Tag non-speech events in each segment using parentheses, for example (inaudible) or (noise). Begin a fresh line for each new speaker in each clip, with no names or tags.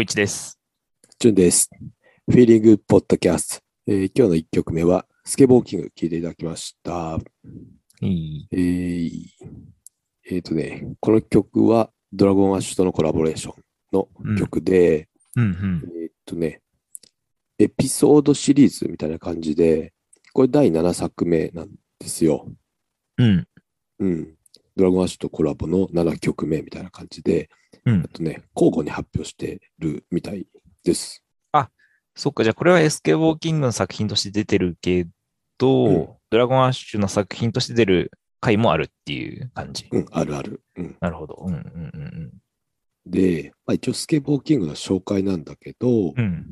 一です。
ジュンです。フィーリングポッドキャスト。えー今日の1曲目は、スケボーキング聴いていただきました。
い
えーえーとね、この曲はドラゴンアッシュとのコラボレーションの曲で、
うんうん。
えーとね、エピソードシリーズみたいな感じで、これ第7作目なんですよ。
うん。
うん。ドラゴンアッシュとコラボの7曲目みたいな感じで、
うん
あ。とね、交互に発表してるみたいです。
そっか、じゃあこれはエスケボーキングの作品として出てるけど、
うん
ドラゴンアッシュの作品として出る回もあるっていう感じ。
うん、あるある。うん。
なるほど。うんうんうん
で、まあ、一応スケボーキングの紹介なんだけど、
うん。うん。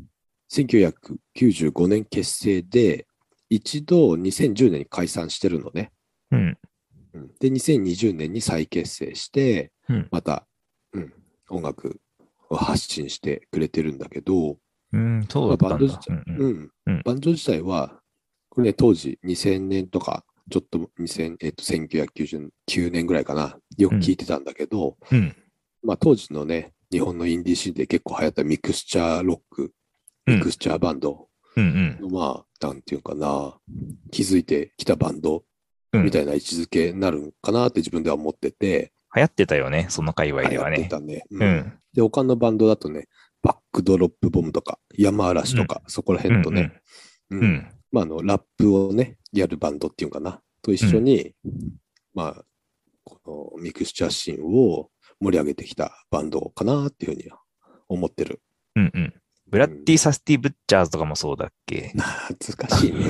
1995年結成で、一度2010年に解散してるのね。
うん。
うんで、2020年に再結成して、
うん
また、うん、音楽を発信してくれてるんだけど、
うん、そうだったん
まあバンド
だ
自。
うんうん
うん
うん
バンジョー自体は、これね、当時2000年とか、ちょっと2000、えっと、1999年ぐらいかな、よく聞いてたんだけど、
うん
まあ、当時のね、日本のインディーシーンで結構流行ったミクスチャーロック、
うん
ミクスチャーバンド
うんうん
の、まあ、なんていうかな、気づいてきたバンド
うん
みたいな位置づけになるんかなって自分では思ってて、
流行ってたよね、その界隈で
流行
は
って
ね。
たね。う
うんん。
で、他のバンドだとね、バックドロップボムとか、山嵐とか、そこら辺とね、
うん
う
うんん。
まあ、あの、ラップをね、やるバンドっていうのかな、と一緒に、まあ、このミクスチャーシーンを盛り上げてきたバンドかなっていうふうには思ってる。
うんうんうん。ブラッディ・サスティ・ブッチャーズとかもそうだっけ
懐か
(laughs)
しいね。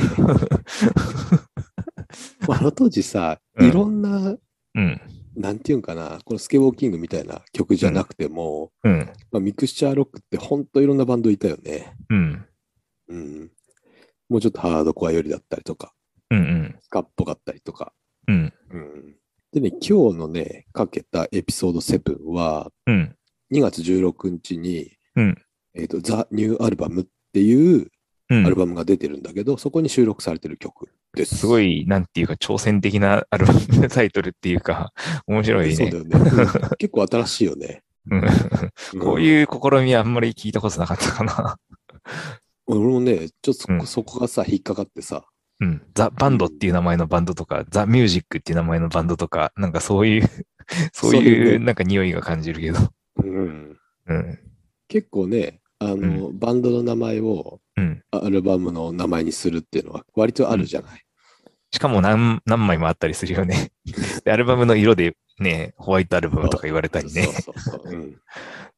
まああの当時さ、
うん
いろんな、
うん。
なんていうんかな、このスケボーキングみたいな曲じゃなくても、
うん。
まあ、ミクスチャーロックってほんといろんなバンドいたよね。
うん。
うん。もうちょっとハードコアよりだったりとか、
うんうん。
スカっぽかったりとか。
うん。
うん。でね、今日のね、かけたエピソード7は、
うん。
2月16日に、
うん
えっ、と、ザ・ニュー・アルバムっていう
うん
アルバムが出てるんだけど、そこに収録されてる曲です。
すごい、なんていうか、挑戦的なアルバム (laughs) タイトルっていうか、面白い
そ
ね。
うだよ
(laughs)
ね。うん結構新しいよね。
うんこう
うん。
いう試みはあんまり聞いたことなかったかな。
俺もね、ちょっとそこ,、
うん
そこがさ、引っかかってさ。
うん。ザ・バンドっていう名前のバンドとか、ザ・ミュージックっていう名前のバンドとか、なんかそういう、そう
(laughs) そうだ
い
よ
う、
ね
なんか匂いが感じるけど。
うん
うん。
結構ね、あの、バンドの名前を
うん。
アルバムの名前にするっていうのは割とあるじゃない。
しかも何、何枚もあったりするよね。でアルバムの色で、ね、ホワイトアルバムとか言われたりね。
そうそうそう、うん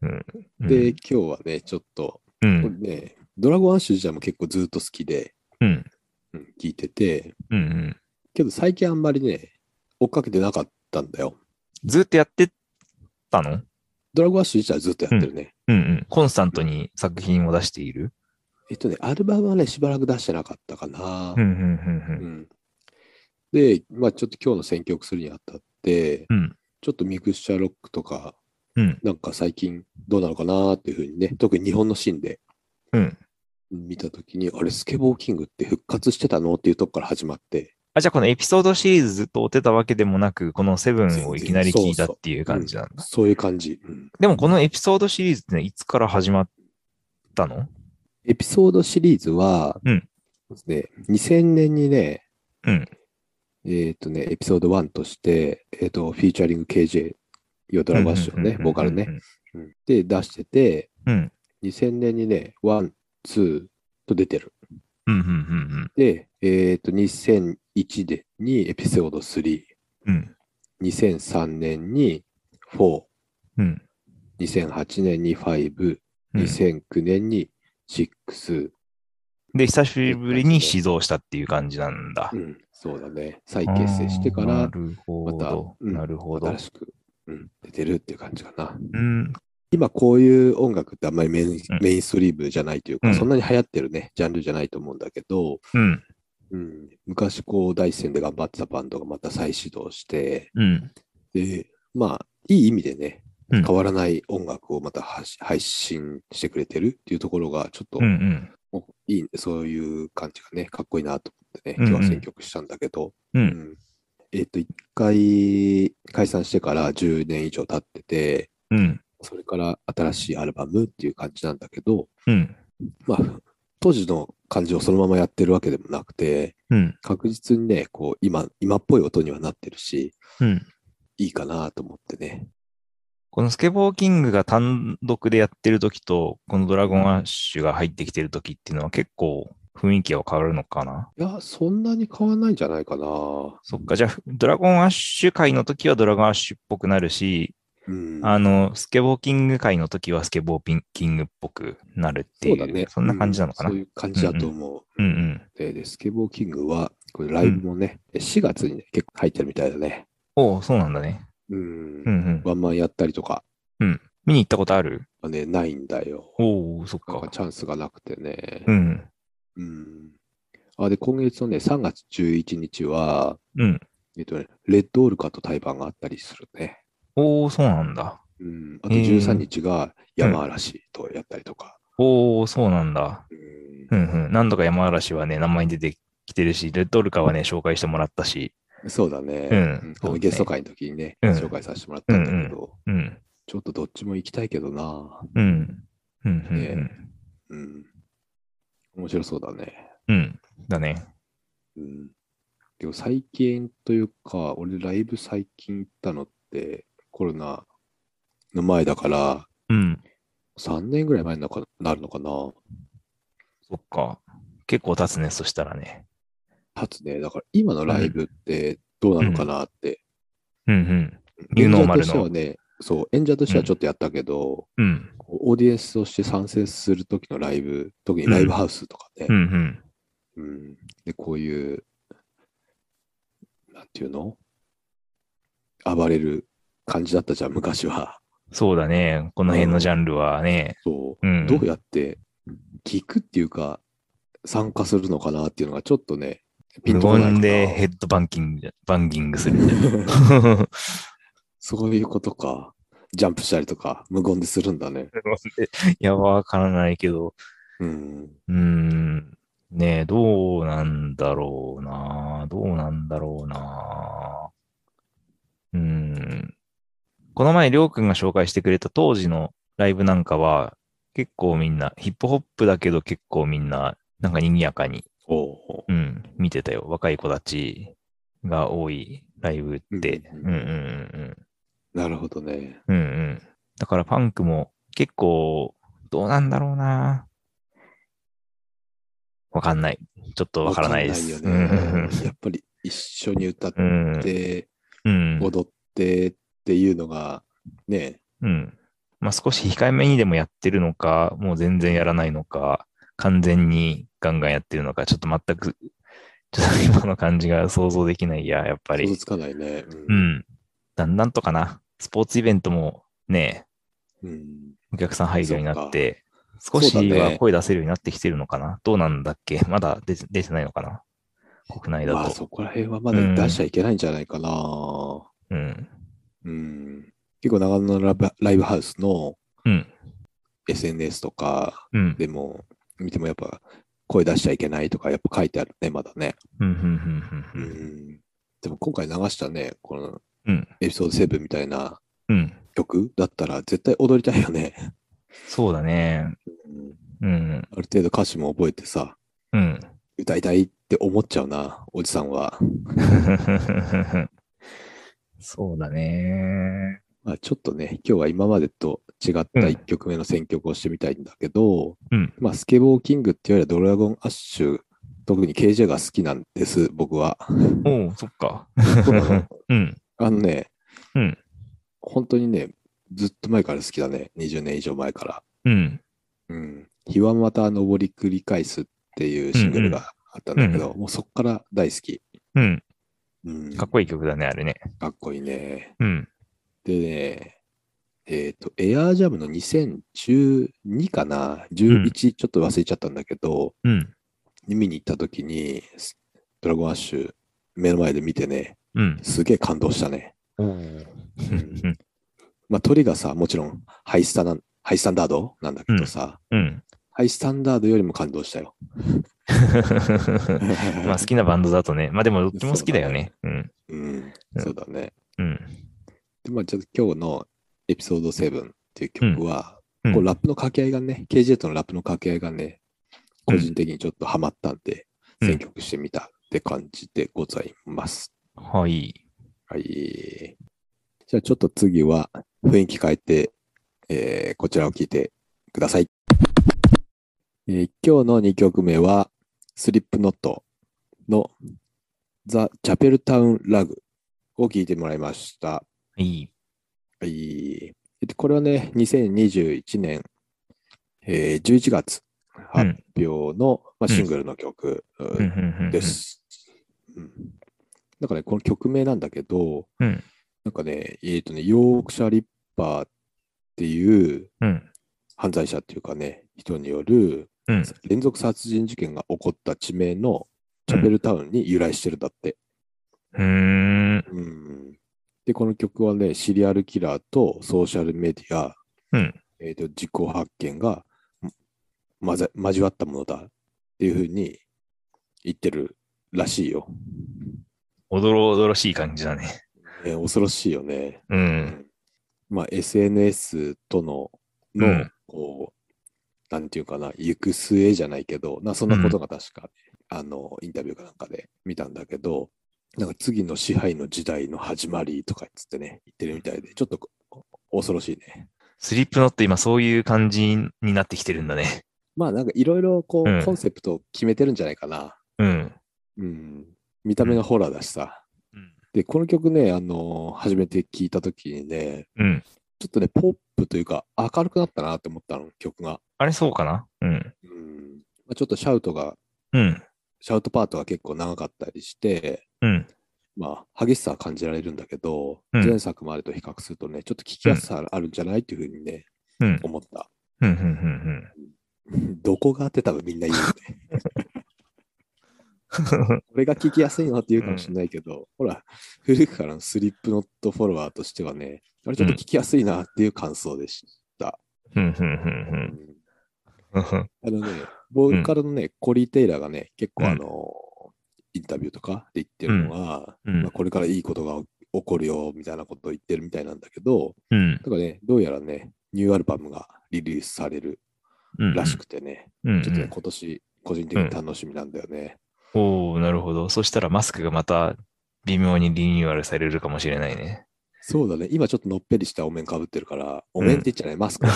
うん
で、今日はね、ちょっと、
う
これ
ん。
ね、ドラゴンアッシュ自体も結構ずっと好きで、
うん。
うん、聞いてて、
うん。うん。
けど最近あんまりね、追っかけてなかったんだよ。
ずっとやってたの
ドラゴンアッシュ自体はずっとやってるね。
うんうん。コンスタントに作品を出している。
えっとね、アルバムはね、しばらく出してなかったかな。
うんうん
うんで、まあ、ちょっと今日の選曲するにあたって、
うんうん。
ちょっとミクスチャーロックとか、
うん
なんか最近どうなのかなっていうふうにね、特に日本のシーンで
うん。
見たときに、あれ、スケボーキングって復活してたのっていうとこから始まって、
あ、じゃあこのエピソードシリーズずっと追ってたわけでもなく、このセブンをいきなり聞いたっていう感じなんだ。
そういう感じ。うん
でもこのエピソードシリーズってね、いつから始まったの
エピソードシリーズは、
うん
そうですね、2000年にね、
うん
えっ、とね、エピソード1として、えっ、と、フィーチャリング KJ、ヨドラバッシュのね、ボーカルね、。うんで出してて、
うん
2000年にね、ワン、ツーと出てる。
うんうんうん
で、えっ、と、2001でにエピソード3、
うん。うん
2003年に4、
うん
2008年に5、
うん。
2009年に6、
で、久しぶりに始動したっていう感じなんだ
う。ん、そうだね。再結成してか
あーな
ら、
るほど。
またうん
なるほど
新。しく、うん、出てるっていう感じかな。
うん。
今こういう音楽ってあんまりメイン,、
うん
メインストリームじゃないというか、
うん
そんなに流行ってるね、ジャンルじゃないと思うんだけど、
うん。
うん、昔こう第一線で頑張ってたバンドがまた再始動して、
うん。
で、まあ、いい意味でね、
うん
変わらない音楽をまた発し配信してくれてるっていうところが、ちょっと、
うんうん。
おいいね、そういう感じがね、かっこいいなと思ってね、
うんうん
今日は選曲したんだけど、
うん
うんえっ、と、一回解散してから10年以上経ってて、
うん。
それから新しいアルバムっていう感じなんだけど、
うん。
まあ、当時の感じをそのままやってるわけでもなくて、
うん。
確実にね、こう、今、今っぽい音にはなってるし、
うん。
いいかなと思ってね。
このスケボーキングが単独でやってる時と、このドラゴンアッシュが入ってきてる時っていうのは結構雰囲気は変わるのかない
や、そんなに変わんないんじゃないかな。
そっか、じゃあ、ドラゴンアッシュ会の時はドラゴンアッシュっぽくなるし、
うん。
あの、スケボーキング会の時はスケボーピンキングっぽくなるっていう、
そうだね。
んな感じなのかな。
うん
う
そういう感じだと思う。
んうん。
ででスケボーキングは、これライブもね、4月にね、結構入ってるみたいだね。
おうそうなんだね。
うん。
うんうん。
ワンマンやったりとか、
見に行ったことある
はね、ないんだよ。
おおそっ
なんか
か。
チャンスがなくてね。
うん。
うん。あ、で、今月のね、3月11日は、
うん。
えっとね、レッドオルカと対バンがあったりするね。
おおそうなんだ。
うん。あと
へー
13日が山嵐とやったりとか。
おおそうなんだ。
うん
うんうん。何度か山嵐はね、名前に出てきてるし、レッドオルカはね、紹介してもらったし。
そうだね。
うん
んあのゲスト会の時にね、
うん
紹介させてもらったんだけど、
うん。
ちょっとどっちも行きたいけどな。
うん。うんうん、
ねうん。面白そうだね。
うん。うん。だね。
うん。でも最近というか、俺ライブ最近行ったのってコロナの前だから、
うん。
3年ぐらい前になのかなるのかな。
そっか。結構経つね、そしたらね。
立つね。だから今のライブってどうなのかなって。
うんうん。ニュー
演
ノー
者
マル
と
の
してはね、そう、演者としてはちょっとやったけど、
うん。
こうオーディエンスとして参戦するときのライブ、特にライブハウスとかね
う、んうん。
うんで、こういう、なんていうの暴れる感じだったじゃん、昔は。
そうだね。この辺のジャンルはね。
そうう、
ん。
どうやって聞くっていうか、参加するのかなっていうのがちょっとね、ピン
無
とこないか
言
な
でヘッドバンキング、バンギング
(laughs)
するみたいな。
そういうことか。ジャンプしたりとか、無言でするんだね。
いや、わからないけど。
うん。
うーん。ねえ、どうなんだろうな。どうなんだろうな。うーん。この前、りょうくんが紹介してくれた当時のライブなんかは、結構みんな、ヒップホップだけど結構みんな、なんか賑やかに、
おう
うん、見てたよ。若い子たちが多いライブって。う
うんん
うんうん
なるほどね。
うん。うんうん。だからパンクも結構、どうなんだろうな。わかんない。ちょっとわからないです。
わかんないよ
うん
ねやっぱり一緒に歌っ
うんうん
て、
うん。
踊ってっていうのが、ね、
うん。まあ少し控えめにでもやってるのか、もう全然やらないのか、完全にガンガンやってるのか、ちょっと全く、ちょっと今の感じが想像できないや、やっぱ
想像
り。
つかないね。
う
うん
ん。だんだんとかな。スポーツイベントもね、
うん
お客さん入るようになって、
そ
少
っか
し
そうだ
は
ね
声出せるようになってきてるのかな。どうなんだっけまだ出て出てないのかな国内だと。
まあそこら辺はまだ出しちゃいけないんじゃないかな。
うん。
うん、結構長野のラブライブハウスの
うん。
SNS とか
うん。
でも見てもやっぱ声出しちゃいけないとかやっぱ書いてあるね、まだね。
うん。うん。うんう。
うんん、でも今回流したね、この
うん。
エピソード7みたいな
うん。
曲だったら絶対踊りたいよね。
そうだね。
う
う
ん
ん。
ある程度歌詞も覚えてさ、
うん。 (laughs)
歌いたいって思っちゃうな、おじさんは。
そうだね。
まあ、ちょっとね、今日は今までと違った
うん
1曲目の選曲をしてみたいんだけど、
うん
まあ、スケボーキングっていうよりはドラゴンアッシュ、特に KJ が好きなんです、僕
(laughs)
は。
おうそっか。
そうなの
うん。
あのね、
うん
本当にね、ずっと前から好きだね、20年以上前から。
うん。
うん。日はまた登り繰り返すっていうシングルがあったんだけど、もうそっから大好き。
うん。
うん、
かっこいい曲だね、あれね。
かっこいいね。
うん。
でね、えっ、と、エアージャムの2012かな、11、
うん
ちょっと忘れちゃったんだけど、
うん。
見に行った時に、スドラゴンアッシュ、目の前で見てね、
うん。
すげえ感動したね。
おううん。
まあ、鳥がさ、もちろんハイスタなん、ハイスタンダードなんだけどさ、 (laughs)
うん。 (laughs)
ハイスタンダードよりも感動したよ。
まあ好きなバンドだとね。まあでもどっちも好きだよね。うん。
うん、そうだね。
うん。
で、まあ、ちょっと今日のエピソード7っていう曲は、
うん
こうラップの掛け合いがね、KJ とのラップの掛け合いがね、個人的にちょっとハマったんで、
うん
選曲してみたって感じでございます。
はい。
はい。じゃあちょっと次は雰囲気変えて、えーこちらを聞いてください。えー今日の2曲目は、スリップノットのザ・チャペルタウン・ラグを聞いてもらいました。
はい。
はい。でこれはね、2021年、えー11月発表の、まあ、シングルの曲
うんうんうんうん
です。うんなんかね、この曲名なんだけど、
うん
なんかね、えっ、とね、ヨークシャーリッパーっていう
うん。
犯罪者っていうかね、人による
うん。
連続殺人事件が起こった地名のチャペルタウンに由来してるんだって。
うーん。
うんで、この曲はね、シリアルキラーとソーシャルメディア、
うん
えーと自己発見がん混ざ交わったものだっていうふうに言ってるらしいよ。
おどろおどろしい感じだね。
えー恐ろしいよね。
うん。
まあ、SNS との、
う
の
ん
こう、なんていうかな、行く末じゃないけど、なそんなことが確か、あの、インタビューかなんかで見たんだけど、なんか次の支配の時代の始まりとかっつってね、言ってるみたいで、ちょっとこ恐ろしいね。
スリップノット今そういう感じになってきてるんだね。
まあ、なんかいろいろこう、
うん
コンセプトを決めてるんじゃないかな。
うん。
うん。見た目がホラーだしさ。
うん
で、この曲ね、あの初めて聞いたときにね、
うん。
ちょっとね、ポップというか、明るくなったなって思ったの、曲が。
あれそうかなうん。
うんまあ、ちょっとシャウトが、
うん。
シャウトパートが結構長かったりして、
うん。
まあ、激しさは感じられるんだけど、
うん
前作までと比較するとね、ちょっと聞きやすさあるんじゃないっていうふうにね、
うん。
思った。 (laughs)
うん。うん。うん。
どこがって多分みんな言うよね。
(laughs) うん
俺が聞きやすいのって言うかもしれないけど、ほら、古くからのスリップノットフォロワーとしてはね、あれちょっと聞きやすいなっていう感想でした。
うん。うん。うん。うん。
あのね、ボーカルのね、コリー・テイラーがね、結構
うん
あの、インタビューとかで言ってるのが、
うん
まあ、これからいいことが起こるよ、みたいなことを言ってるみたいなんだけど、
うん。
だからね、どうやらね、ニューアルバムがリリースされる
うん。
らしくてね、
うん。
ちょっとね、今年、個人的に楽しみなんだよね。
おおなるほど。そしたらマスクがまた微妙にリニューアルされるかもしれないね。
そうだね、今ちょっとのっぺりしたお面かぶってるから、お
ん
面って言っちゃない、マスクだ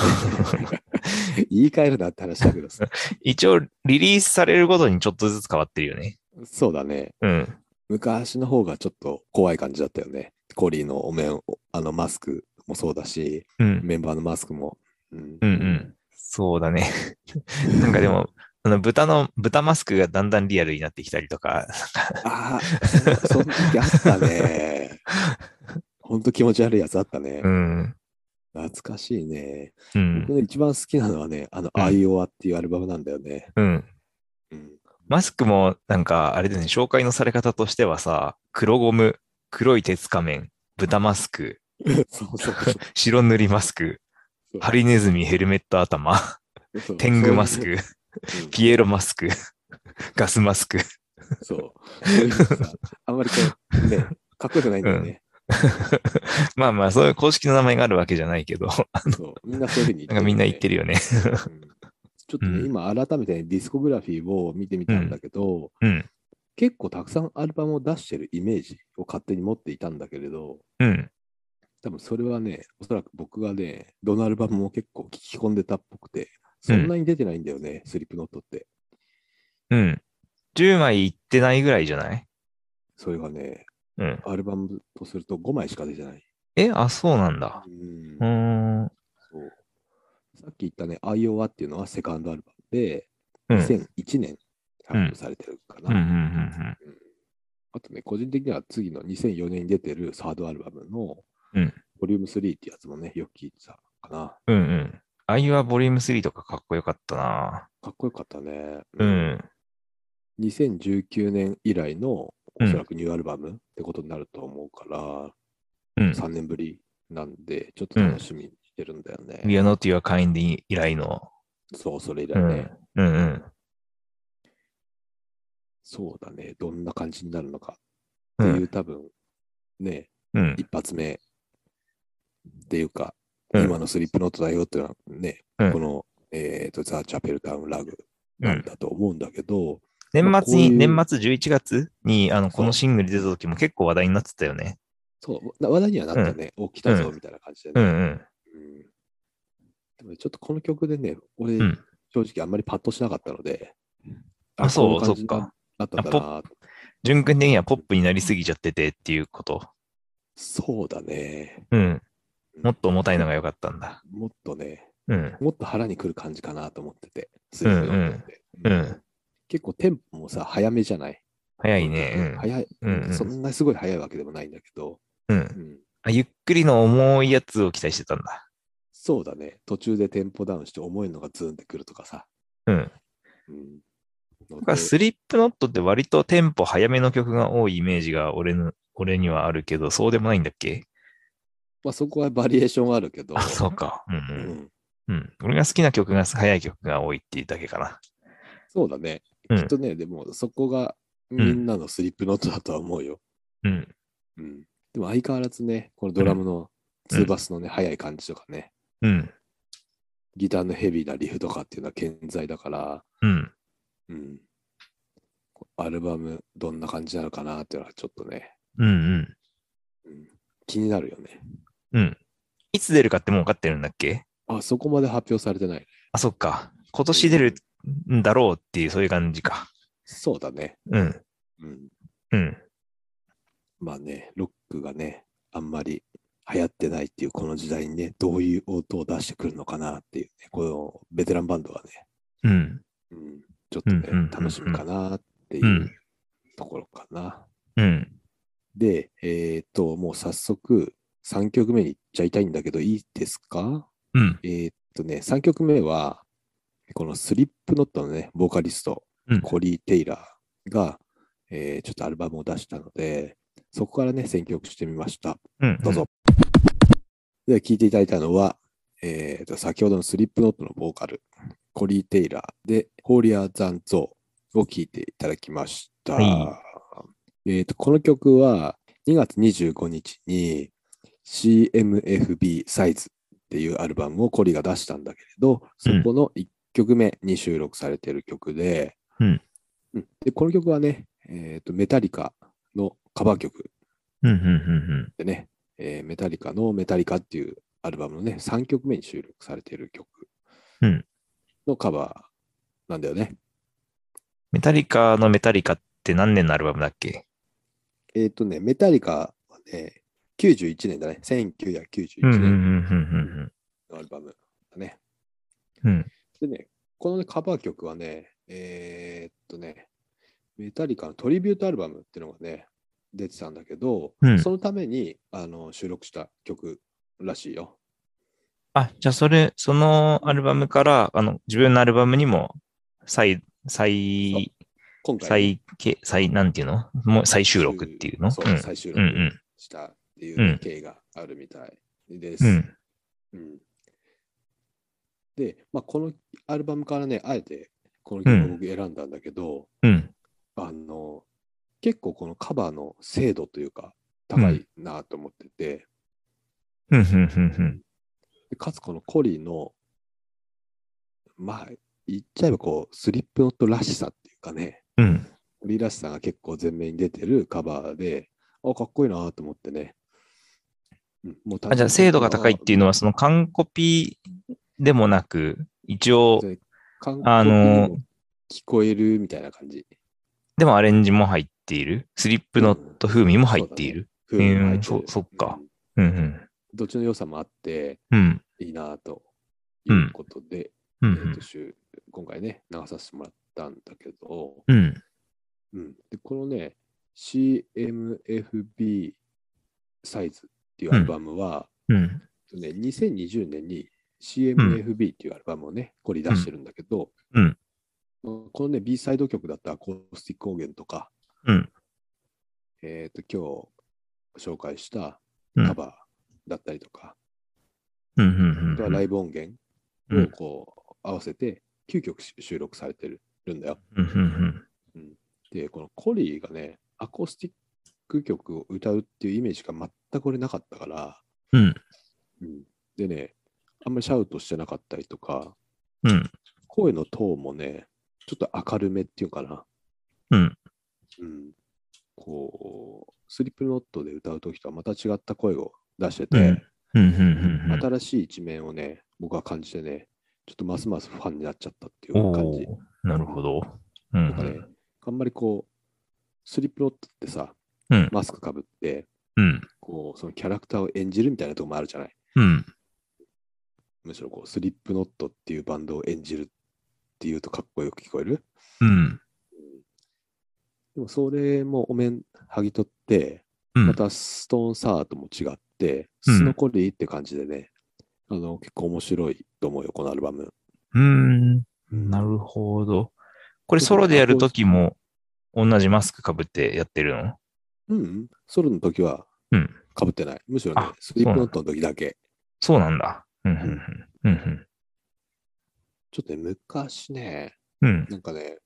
ね (laughs) 言い換えるなって話だけ
(laughs)
どさ、
一応、リリースされるごとにちょっとずつ変わってるよね。
そうだね、
うん。
昔の方がちょっと怖い感じだったよね。コリーのお面、あのマスクもそうだし、
うん。
メンバーのマスクも。うん
うんうん。そうだね。 (laughs) なんかでも、あの豚の、豚マスクがだんだんリアルになってきたりとか、
ああ、そそんな時あっ
(laughs)
たね。ほんと気持ち悪いやつあったね
う。ん。
懐かしいね。
う
僕
ん。
の一番好きなのはね、あの、
うん
アイオワっていうアルバムなんだよね。
うん。 (laughs)
うん。
マスクも、なんか、あれですね、紹介のされ方としてはさ、黒ゴム、黒い鉄仮面、豚マスク、
そうそうそう
白塗りマスク、ハリネズミヘルメット頭、
そう
(laughs) 天狗マス。ク。
そういううん
ピエロマスク、ガスマスク。 (laughs)
そう。そういうのさあんまりこう、
(laughs)
ね、かっこよくないんだよね。
まあまあ、そういう公式の名前があるわけじゃないけど、
そう。みんなそういうふうに言って
なんかみんな言って
る
るよね。
よね。うん (laughs) ちょっとね、
うん
今改めてねディスコグラフィーを見てみたんだけど、
うん、
結構たくさんアルバムを出してるイメージを勝手に持っていたんだけれど、
うん、
多分それはね、おそらく僕がね、どのアルバムも結構聞き込んでたっぽくて、そんなに出てないんだよね、スリップノットって。
うん。10枚いってないぐらいじゃない
それがね、
うん。
アルバムとすると5枚しか出てない。
え、あ、そうなんだ
う。ん
うーん。うん。
そうさっき言ったね、アイオワっていうのはセカンドアルバムで、
うん、
2001年発表されてるか
うん、うん、う
な。
ん
あとね、個人的には次の2004年に出てるサードアルバムの、
うん
ボリューム3ってやつもね、よく聞いてたかな。
うん。うん、うん。あいはボリューム3とかかっこよかったな。
かっこよかったね。
うん。
2019年以来の
う
お
ん
そらくニューアルバムってことになると思うから、
うん。
3年ぶりなんで、ちょっと楽しみにしてるんだよね。
We are not your kind 以来の。
そう、それ以来
う
ね、
ん。うん、うん。
そうだね。どんな感じになるのか
う
っていう、
ん。
多分、ね、
うん。
一発目っていうか、
うん
今のスリップノットだよっていうのはね、
うん
この、えっ、と、ザ・チャペルタウン・ラグ
う
なん
ん、
だと思うんだけど、ま
年
あこう
末
い
に、
う
年末11月に、あの、こ
そう
のシングル出た時も結構話題になってたよね。
そう、な話題にはなったね。お、来たぞ、
うん
みたいな感じで
うん
ね。
うん。
うんでもねちょっとこの曲でね、俺、
うん
正直あんまりパッとしなかったので、
あそう
こい感じ
そっか
なったんだなと。
純君的にはポップになりすぎちゃっててっていうこと。
そうだね。
うん。もっと重たいのが良かったんだ。
もっとね、
うん。
もっと腹にくる感じかなと思ってて、スイープの音って
うん。
結構テンポもさ、早めじゃない。
早いね。
早い、
うんうん
そんなすごい早いわけでもないんだけど、
うん。う。
うんん
あゆっくりの重いやつを期待してたんだ。
そうだね。途中でテンポダウンして重いのがズーンってくるとかさ。
うん。
うん。
だからスリップノットって割とテンポ早めの曲が多いイメージが俺の、俺にはあるけど、そうでもないんだっけ
まあ、そこはバリエーションあるけど。
あ、そうか。うん
う
うん。
ん。
うん。俺が好きな曲が早い曲が多いっていうだけかな。
そうだね。き
うん
っとね、でもそこがみんなのスリップノットだとは思うよ。
うん。
うん。でも相変わらずね、このドラムのツーバスのね、速い感じとかね、
うん。
ギターのヘビーなリフとかっていうのは健在だから、
うん。
うん。アルバムどんな感じなのかなっていうのはちょっとね、
うんうん。
うん、気になるよね。
うん。いつ出るかってもう分かってるんだっけ
あ、そこまで発表されてないね。
あ、そっか。今年出るんだろうっていう、そういう感じか。
そうだね。
うん。
うん。
うん。
まあね、ロックがね、あんまり流行ってないっていうこの時代にね、どういう音を出してくるのかなっていうね、このベテランバンドがね、
うん。
うん、ちょっと
うんう
ね
んうんう、ん
楽しみかなって
う。
いうんところかな。
うん。
で、えっ、と、もう早速3曲目に行っちゃいたいんだけど、いいですか
うん。
えーっとね、3曲目は、このスリップノットのね、ボーカリスト、
うん
コリー・テイラーが、えーちょっとアルバムを出したので、そこからね、選曲してみました。
うん。
どうぞ。。で、聴いていただいたのは、えーっと、先ほどのスリップノットのボーカル、コリー・テイラーで、ホーリアー・ザン・ゾーを聴いていただきました。
は
えーっと、この曲は、2月25日に CMFB サイズっていうアルバムをコリが出したんだけれど、そこの1曲目に収録されている曲で、
うん
うんでこの曲はね、えーと、メタリカのカバー曲
うん。うん。うん。
でね、えーメタリカのメタリカっていうアルバムのね、3曲目に収録されている曲
うん
のカバーなんだよね。
メタリカのメタリカって何年のアルバムだっけ
えっ、とね、メタリカはね、91年だね、
うん。う
1991
ん。うん
年。
うん。
のアルバムだね。
うん
でね、このね、カバー曲はね、えーっとね、メタリカのトリビュートアルバムっていうのがね、出てたんだけど、
うん
そのためにあの収録した曲らしいよ。
あ、じゃあそれ、そのアルバムから、あの、自分のアルバムにも、再、再、
今回、
再、再、なんていうのもう再収録っていうの
そう、
うん。
再収
うん
録したっていうね、
うん
経緯があるみたいです。
うん。うん。
うんで、まあ、このアルバムからね、あえてこの曲を僕選んだんだけど、
うん。
あの、結構このカバーの精度というか、高いなと思ってて、
うん。うん。うん。
でかつこのコリーの、まあ、言っちゃえばこう、スリップノットらしさっていうかね、
うん。
コリーらしさが結構前面に出てるカバーで、あ、かっこいいなと思ってね。うん、もう
あじゃあ、精度が高いっていうのは、
単
その完コピでもなく、一応、
純に、韓
あ
国に
の
も聞こえるみたいな感じ。
でもアレンジも入っている。スリップノット風味も入っている。
風味が入ってる
うんそそっか
うん
うん
どっちの良さもあって、
うん。うん。
いいなということで、
う
えー
ん
と。週今回ね、流させてもらったんだけど、
うん。
うん、でこのね、CMFB サイズっていうアルバムは、
うん。
ね、2020年に CMFB っていうアルバムをね、これ出してるんだけど、
うん
このね、B サイド曲だったアコースティック音源とか、
うん
えっ、と、今日紹介した
うん
カバーだったりとか、
うん。う
あとはラ
ん。
イブ音源
う
を
ん
こう合わせて9曲し収録されてるんだよ。
うん。
で、このコリーがね、アコースティック曲を歌うっていうイメージが全く俺なかったから、
うん。
うんでね、あんまりシャウトしてなかったりとか、
うん。
声のトーンもね、ちょっと明るめっていうかな。
うん。
うん。こう、スリップノットで歌うときとはまた違った声を出して
う
て、
ん。うん。うん。うんうん。
新しい一面をね、僕は感じてね、ちょっとますますファンになっちゃったっていう
お
感
お
じ。
ーなるほど。うん
なんかね、あんまりこう、スリップノットってさ、
うん。
マスクかぶって、
うん。
こう、そのキャラクターを演じるみたいなとこもあるじゃない。
うん。
むしろこう、スリップノットっていうバンドを演じるっていうとかっこよく聞こえる。
うん。
でも、それもお面剥ぎ取って、
うん
またストーンサーとも違って、
うん
スノコリーって感じでね、あの、結構面白いと思うよ、このアルバム。
うーん。なるほど。これソロでやるときも同じマスクかぶってやってるの
うん、ソロの時は
うん。
被ってない。むしろね
あ、
スリップノットの時だけ。
そうなんだ。うん。うん。うん。
ちょっとね、昔ね、
うん。うん。
なんかね、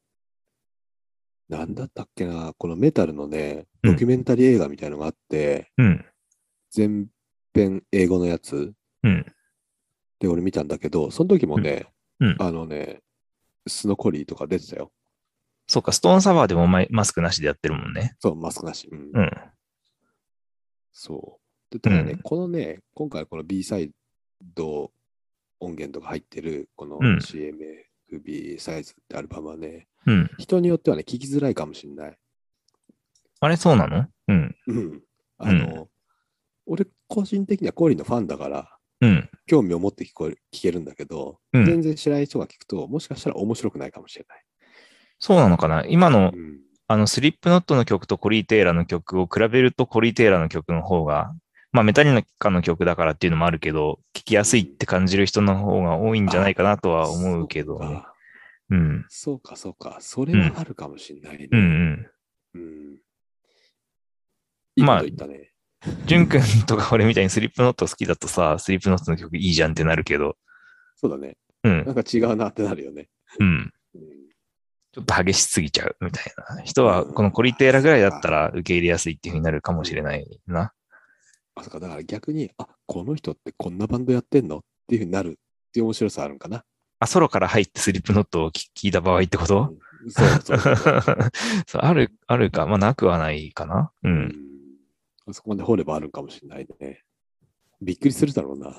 なんだったっけな、このメタルのね、
うん
ドキュメンタリー映画みたいのがあって、
うん。
全編英語のやつ
うん。
で俺見たんだけど、その時もね、
うんうん
あのね、スノコリーとか出てたよ。
そうか、ストーンサワーでもマイマスクなしでやってるもんね。
そう、マスクなし。うん
うん。
そう。で、ただね、
うん
このね、今回この B サイド音源とか入ってる、この
うん
CMFB サイズってアルバムはね、
うん。
人によってはね、聞きづらいかもしれない。
あれ、そうなのうん。
うん。あの、俺、個人的にはコーリーのファンだから、
うん。
興味を持って聞こえる聞けるんだけど、
うん
全然知らない人が聞くと、もしかしたら面白くないかもしれない。
そうなのかな今の
うん、
あの、スリップノットの曲とコリー・テイラーの曲を比べるとコリー・テイラーの曲の方が、まあ、メタリカの曲だからっていうのもあるけど、聞きやすいって感じる人の方が多いんじゃないかなとは思うけど
そう
ね。
か
うん。
そうか、そうか。それはあるかもしれないね。
うんうん。
うん。いいこと言ったね。
ジュン君とか俺みたいにスリップノット好きだとさ、スリップノットの曲いいじゃんってなるけど、
そうだね。
うん
なんか違うなってなるよね。
うん。
うん
ちょっと激しすぎちゃうみたいな人は、このコリー・テイラーぐらいだったら受け入れやすいっていうふうになるかもしれないな。
あ、そうか、だから逆に、あ、この人ってこんなバンドやってんのっていうふうになるっていう面白さあるんかな。
あ、ソロから入ってスリップノットを聞聞いた場合ってこと、
うんそうそうそうそう
(laughs) そうある、あるか。まあ、なくはないかな。う。
うんん。あそこまで掘ればあるんかもしれないね。びっくりするだろうな。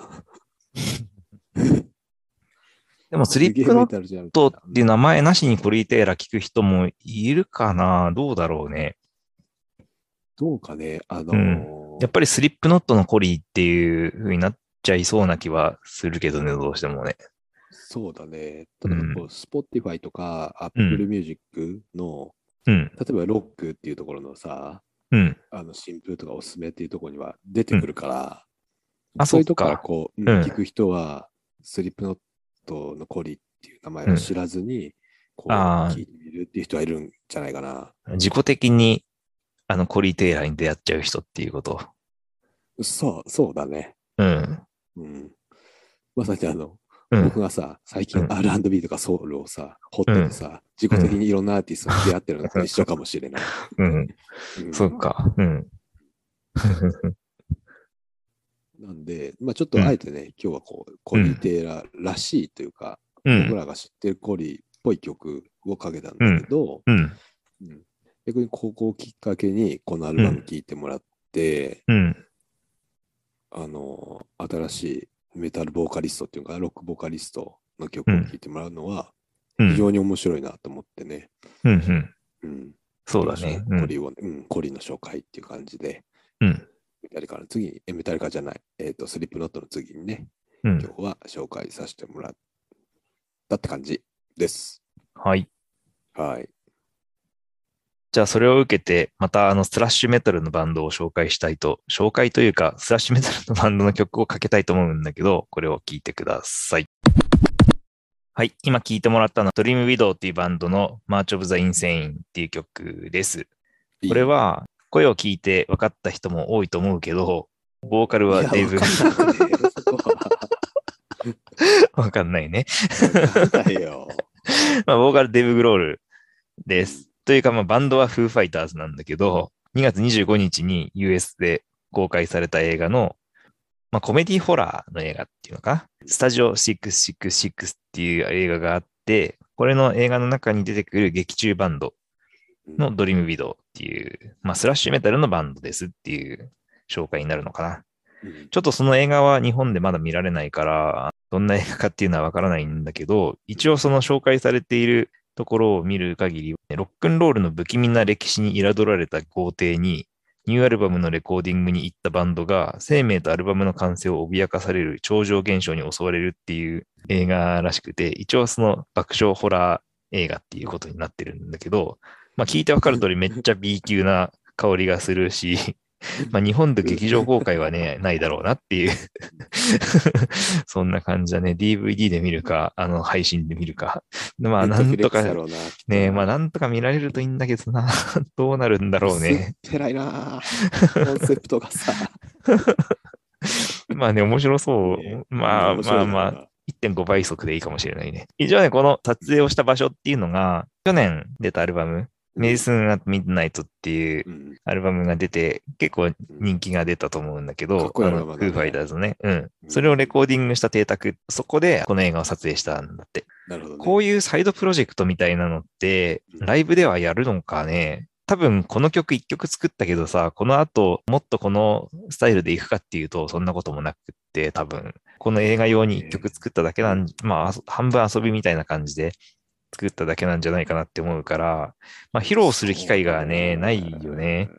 でも、スリップノッ
ッ
トっていう
の
名前なしにコリーテイラー聞く人もいるかなどうだろうね。
どうかね、あの
やっぱりスリップノットのコリーっていう風になっちゃいそうな気はするけどね、どうしてもね。
そうだね。ただなんかこう、Spotify とか
うん
Apple Music の、
うん、
例えばロックっていうところのさ、
うん、
あの新風とかおすすめっていうところには出てくるから、
あ
そういうとこ
そ
か
っ
ら
か
こう、うん
うん
聞く人は、スリップノットのコリっていう名前
うん
を知らずに、こう、
あー
聞いてみるっていう人はいるんじゃないかな。
自己的に、あの、コリーテイラーに出会っちゃう人っていうこと。
そう、そうだね。
うん、
うん。まさにあの、
うん
僕、がさ、最
う
近
ん
R&B とかソウルをさ、掘っててさ、自己的にいろんなアーティストに出会ってるのと一緒かもしれない。
うん、
うん
そうか。うん。 (laughs)
なんで、まあちょっとあえてね、今日はこう、コリー・テイラーらしいというか、
う
僕
ん、
らが知ってるコリーっぽい曲をかけたんだけど、
うん、
うん逆にここをきっかけに、このアルバム聴いてもらって、
うん、
あの、新しいメタルボーカリストっていうか、ロックボーカリストの曲を聴いてもらうのは、
うん、
非常に面白いなと思ってね。
うん、うん。
うん。
そうだね。う
コ
ん、
リーをね、うん、コリーの紹介っていう感じで、
うん、
メタリカの次に、えメタリカじゃない、えっ、と、スリップノットの次にね、
うん。
今日は紹介させてもらったって感じです。
はい。
はい。
じゃあ、それを受けて、また、あの、スラッシュメタルのバンドを紹介したいと、紹介というか、スラッシュメタルのバンドの曲をかけたいと思うんだけど、これを聴いてください。はい。今聴いてもらったのは、ドリームウィドウっていうバンドの、マーチオブザインセインっていう曲です。これは、声を聞いて分かった人も多いと思うけど、ボーカル
いや、
は
わか
デイブ。 (laughs)
んないねそこは
わかんないね。
わかんない
(laughs)
よ。
まあ、ボーカルデイブ・グロールです。というか、まあ、バンドはフーファイターズなんだけど、2月25日に US で公開された映画のまあ、コメディホラーの映画っていうのかな。スタジオ666っていう映画があって、これの映画の中に出てくる劇中バンドのドリームビドっていう、まあ、スラッシュメタルのバンドですっていう紹介になるのかな。ちょっとその映画は日本でまだ見られないから、どんな映画かっていうのはわからないんだけど、一応その紹介されているところを見る限り、ロックンロールの不気味な歴史に彩られた豪邸に、ニューアルバムのレコーディングに行ったバンドが、生命とアルバムの完成を脅かされる超常現象に襲われるっていう映画らしくて、一応その爆笑ホラー映画っていうことになってるんだけど、まあ聞いてわかる通りめっちゃ B 級な香りがするし、まあ、日本で劇場公開はね、 (laughs) ないだろうなっていう。そんな感じだね。DVD で見るか、あの、配信で見るか。まあ、なんとか、ねまあ、なんとか見られるといいんだけどな。 (laughs) どうなるんだろうね。。
薄っぺらいな
(laughs)
ぁコンセプトがさ。
まあね、面白そう
ね。
まあ
面
ま
白
あ
いな
まあ、1.5倍速でいいかもしれないね。一応ね、この撮影をした場所っていうのが、去年出たアルバム、メディスン・アット・ミッドナイトっていう
うん
アルバムが出て、結構人気が出たと思うんだけ
かっ
ど、
こいい
あ
アルバ
の
ム
フ
だね
ーファイターズのね、うん。
うん
それをレコーディングした邸宅、そこでこの映画を撮影したんだって。
なるほどね。
こういうサイドプロジェクトみたいなのって、
うん
ライブではやるのかね。多分この曲1曲作ったけどさ、この後もっとこのスタイルでいくかっていうと、そんなこともなくって、多分この映画用に1曲作っただけなん、まああそ半分遊びみたいな感じで作っただけなんじゃないかなって思うから、まあ披露する機会がね、ないよね。。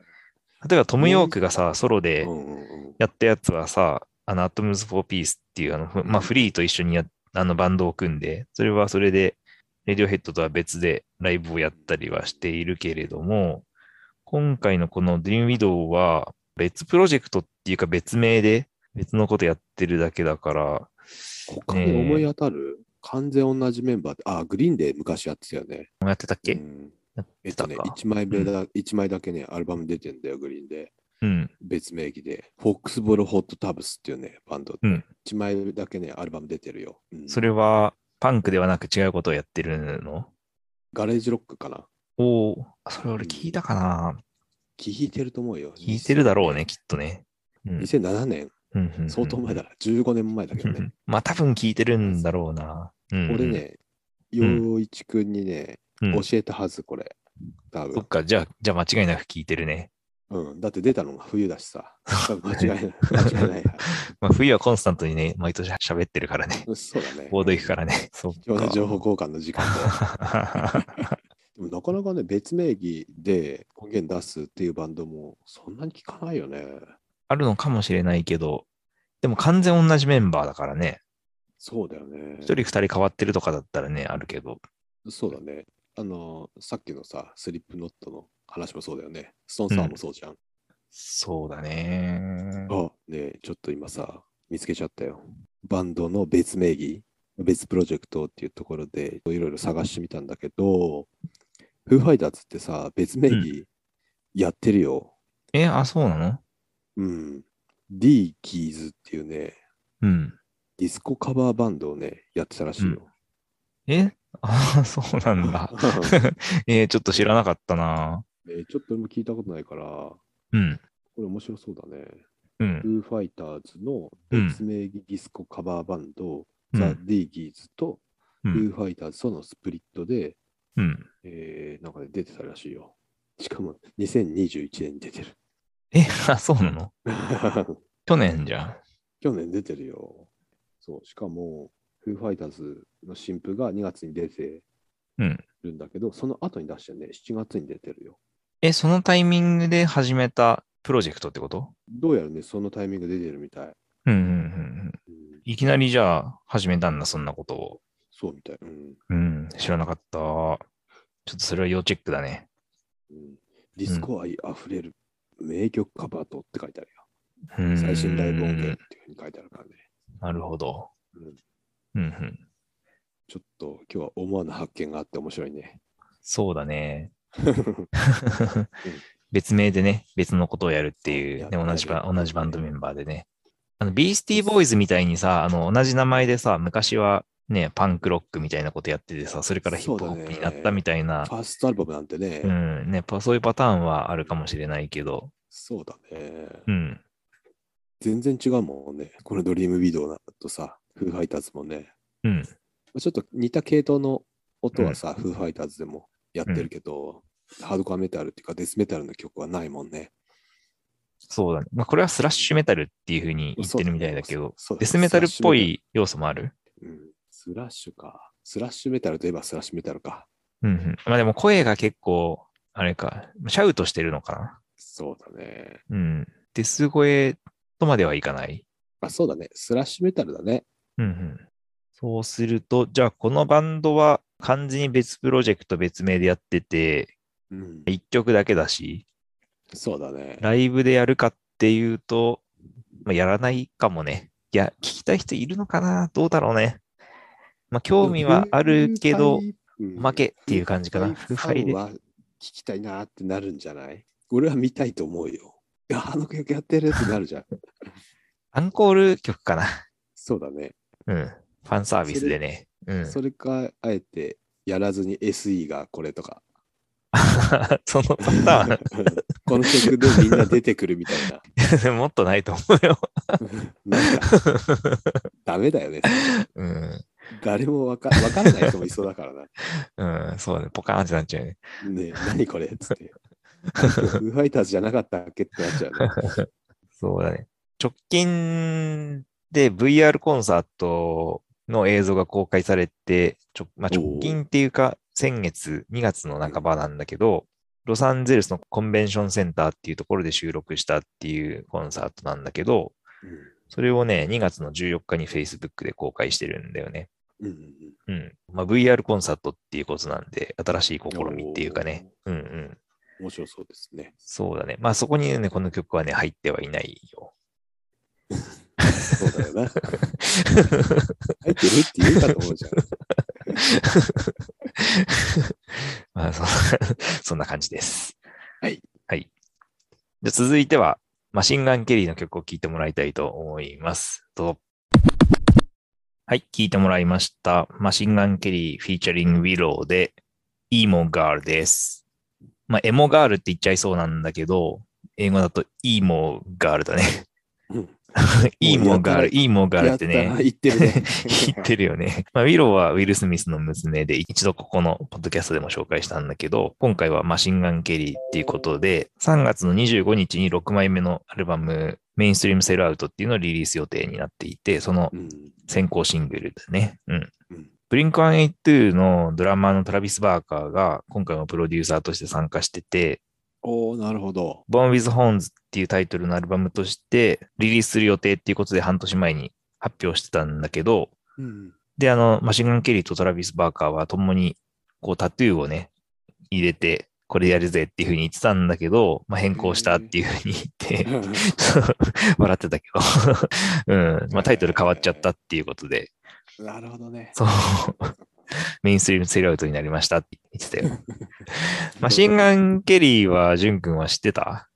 例えばトム・ヨークがさ、ソロで
うんうんうん
やったやつはさ、あの、アトムズ・フォー・ピースっていう、あの、ふまあ、フリーと一緒にやあのバンドを組んで、それはそれで、レディオヘッドとは別でライブをやったりはしているけれども、今回のこの Dream Widow は別プロジェクトっていうか別名で別のことやってるだけだから、
他に思い当たる完全同じメンバーって、あ、グリーンで昔やってたよね。
もうやってたっけ、
うん
やっ
え
て
っと
た
ね、
か。
1枚目だ、一枚だけね、アルバム出てんだよ、グリーンで。
うん。
別名義で。フォックスボールホットタブスっていうね、バンド。
うん
1枚だけね、アルバム出てるよ。うん
それは、パンクではなく違うことをやってるの
ガレージロックかな。
おーそれ俺聞いたかな
聞いてると思うよ。
聞いてるだろうね、きっとね。うん
2007年、
うんうんうん
相当前だ。15年前だけどね。
(laughs) まあ多分聞いてるんだろうな。うん
俺。ね、洋一くんにね、
うん
教えたはず、これ。多
そっ
分。
か、じゃあ、じゃあ間違いなく聞いてるね。
うん。だって出たのが冬だし
(laughs)
さ。多分間違いない。間違いないや。
まあ冬はコンスタントにね、毎年喋ってるからね。
そうだね。
ボード行くからね。 (laughs) そっ
貴重な
か。
情報交換の時間だよでもなかなかね、別名義で音源出すっていうバンドもそんなに聞かないよね。
あるのかもしれないけど、でも完全同じメンバーだからね。
そうだよね。
一人二人変わってるとかだったらね、あるけど。
そうだね。あの、さっきのさ、スリップノットの話もそうだよね。ストーンサーもそうじゃん。
そうだね。
あ、ねえちょっと今さ、見つけちゃったよ。バンドの別名義、別プロジェクトっていうところでいろいろ探してみたんだけど、フーファイターズってさ、別名義やってるよ。
え、あ、そうなの
うん。D キーズっていうね、
うん。
ディスコカバーバンドをね、やってたらしいよ。
えあ、 (laughs) そうなん
(laughs)
だ。えーちょっと知らなかったな。
ねちょっと俺も聞いたことないから、こ
うん。
れ面白そうだね。
うん。
フーファイターズの別名義ディスコカバーバンド、
うん
ザ・ディーギーズと
う
フー
ん。
ファイターズとのスプリットで、
うん。
えー、なんかね、出てたらしいよ。しかも、2021年に出てる。 (laughs)
え、あ、そうなの去年じゃん。
去年出てるよ。そう、しかも、フーファイターズの新譜が2月に出て
うん
るんだけど、その後に出してね、7月に出てるよ。
え、そのタイミングで始めたプロジェクトってこと
どうやらね、そのタイミングで出てるみたい。
うんうんうんうん。
うん、
いきなりじゃあ始めたんだ、そんなことを。
そうみたい。うん
うん、知らなかった。ちょっとそれは要チェックだね。
うん、ディスコ愛あふれる名曲カバーとって書いてあるよ。
うん
最新ライブ音源っていうふうに書いてあるからね。
なるほど。
うん、
うんうん。
ちょっと今日は思わぬ発見があって面白いね。
そうだね。 (laughs) 別名でね、別のことをやるっていう、ね、
そう
同じ
や
バ
る
同じバンドメンバーでね。あの、ビースティーボーイズみたいにさ、あの、同じ名前でさ、昔はね、パンクロックみたいなことやっててさ、それからヒップホップになったみたいな、
ファーストアルバムなんてね、
うん、ね、パそういうパターンはあるかもしれないけど、
そうだね。
うん。
全然違うもんね。このドリームビデオだとさ、フーファイターズもね。
うん。
ちょっと似た系統の音はさ、フーファイターズでもやってるけど、ハードコアメタルっていうかデスメタルの曲はないもんね。
そうだね。まあ、これはスラッシュメタルっていうふうに言ってるみたいだけど、
そうそう
デスメタルっぽ
スラッシ
い要素もある。
ュメタル。うんスラッシュか。スラッシュメタルといえばスラッシュメタルか。
うんうん。まあでも声が結構、あれか、シャウトしてるのか
そうだね。
な。うん。デス声とまではいかない。
あ、そうだね。スラッシュメタルだね。
うんうん。そうすると、じゃあこのバンドは完全に別プロジェクト別名でやってて、
うん。
一曲だけだし、
そうだね。
ライブでやるかっていうと、まあ、やらないかもね。いや、聞きたい人いるのかなどうだろうね。まあ、興味はあるけど、
うん、
おまけっていう感じかな。
フ
フ
ー
ー
フ
フ
ァ
ァ
イ
イ
ファ
で。
ンは聞きたいなーってなるんじゃない俺は見たいと思うよ。いやあの曲やってるってなるじゃ
(laughs)
ん。
アンコール曲かな。
そうだね。
うん。ファンサービスでね。うん。
それか、あえてやらずに SE がこれとか。
(laughs) そのパ
(laughs) この曲でみんな出てくるみたいな。 (laughs)
ターン、もっとないと思うよ。
なんかダメだよね。
うん。
誰もわかわからない人もいそうだからな。 (laughs)
うん。そうね。ポカーンってなっちゃうね。
ねえ、何これっつって。フーファイターズじゃなかったっけってなっちゃうね。
(laughs) そうだね。直近で VR コンサートの映像が公開されて、ちょまあ、
おー
直近っていうか、先月、2月の半ばなんだけど、ロサンゼルスのコンベンションセンターっていうところで収録したっていうコンサートなんだけど、それをね、2月の14日に Facebook で公開してるんだよね。
うんうんうんうん
うん。まあ、VR コンサートっていうことなんで、新しい試みっていうかね。うんうん。
面白そうですね。
そうだね。まあそこにね、この曲はね、入ってはいないよ。
そうだよな。入ってるって言うかと思うじゃん。
まあそんな (laughs) そんな感じです。
はい。
はい。じゃあ続いては、マシンガンケリーの曲を聴いてもらいたいと思います。どうぞ。はい、聴いてもらいました。マシンガンケリーフィーチャリングウィローで、イーモガールです。まあ、エモガールって言っちゃいそうなんだけど、英語だとイーモガールだね。
うん
(laughs) イーモガール、イーモガール
や
っ
ってた
ね。
ら。言ってるね
(laughs) 言ってるよね。 (laughs) まあ、ウィローはウィル・スミスの娘で、一度ここのポッドキャストでも紹介したんだけど、今回はマシンガン・ケリーっていうことで、3月の25日に6枚目のアルバム、メインストリーム・セルアウトっていうのをリリース予定になっていて、その
(laughs) うん
先行シングルだね。うん。
うん
ブリンク182のドラマーのトラビス・バーカーが今回もプロデューサーとして参加してて、
おおなるほど。
Born with Horns っていうタイトルのアルバムとしてリリースする予定っていうことで半年前に発表してたんだけど、 (laughs)
うん
で、あの、マシンガン・ケリーとトラビス・バーカーは共に、こう、タトゥーをね、入れて、これやるぜっていうふうに言ってたんだけど、まあ、変更したっていうふうに言って、 (laughs) 笑ってたけど、 (laughs) うん、まあ、タイトル変わっちゃったっていうことで、
なるほどね。
そう、 (laughs) メインストリームセイルアウトになりましたって言ってたよ。マシンガン・ケリーは、ジュン君は知ってた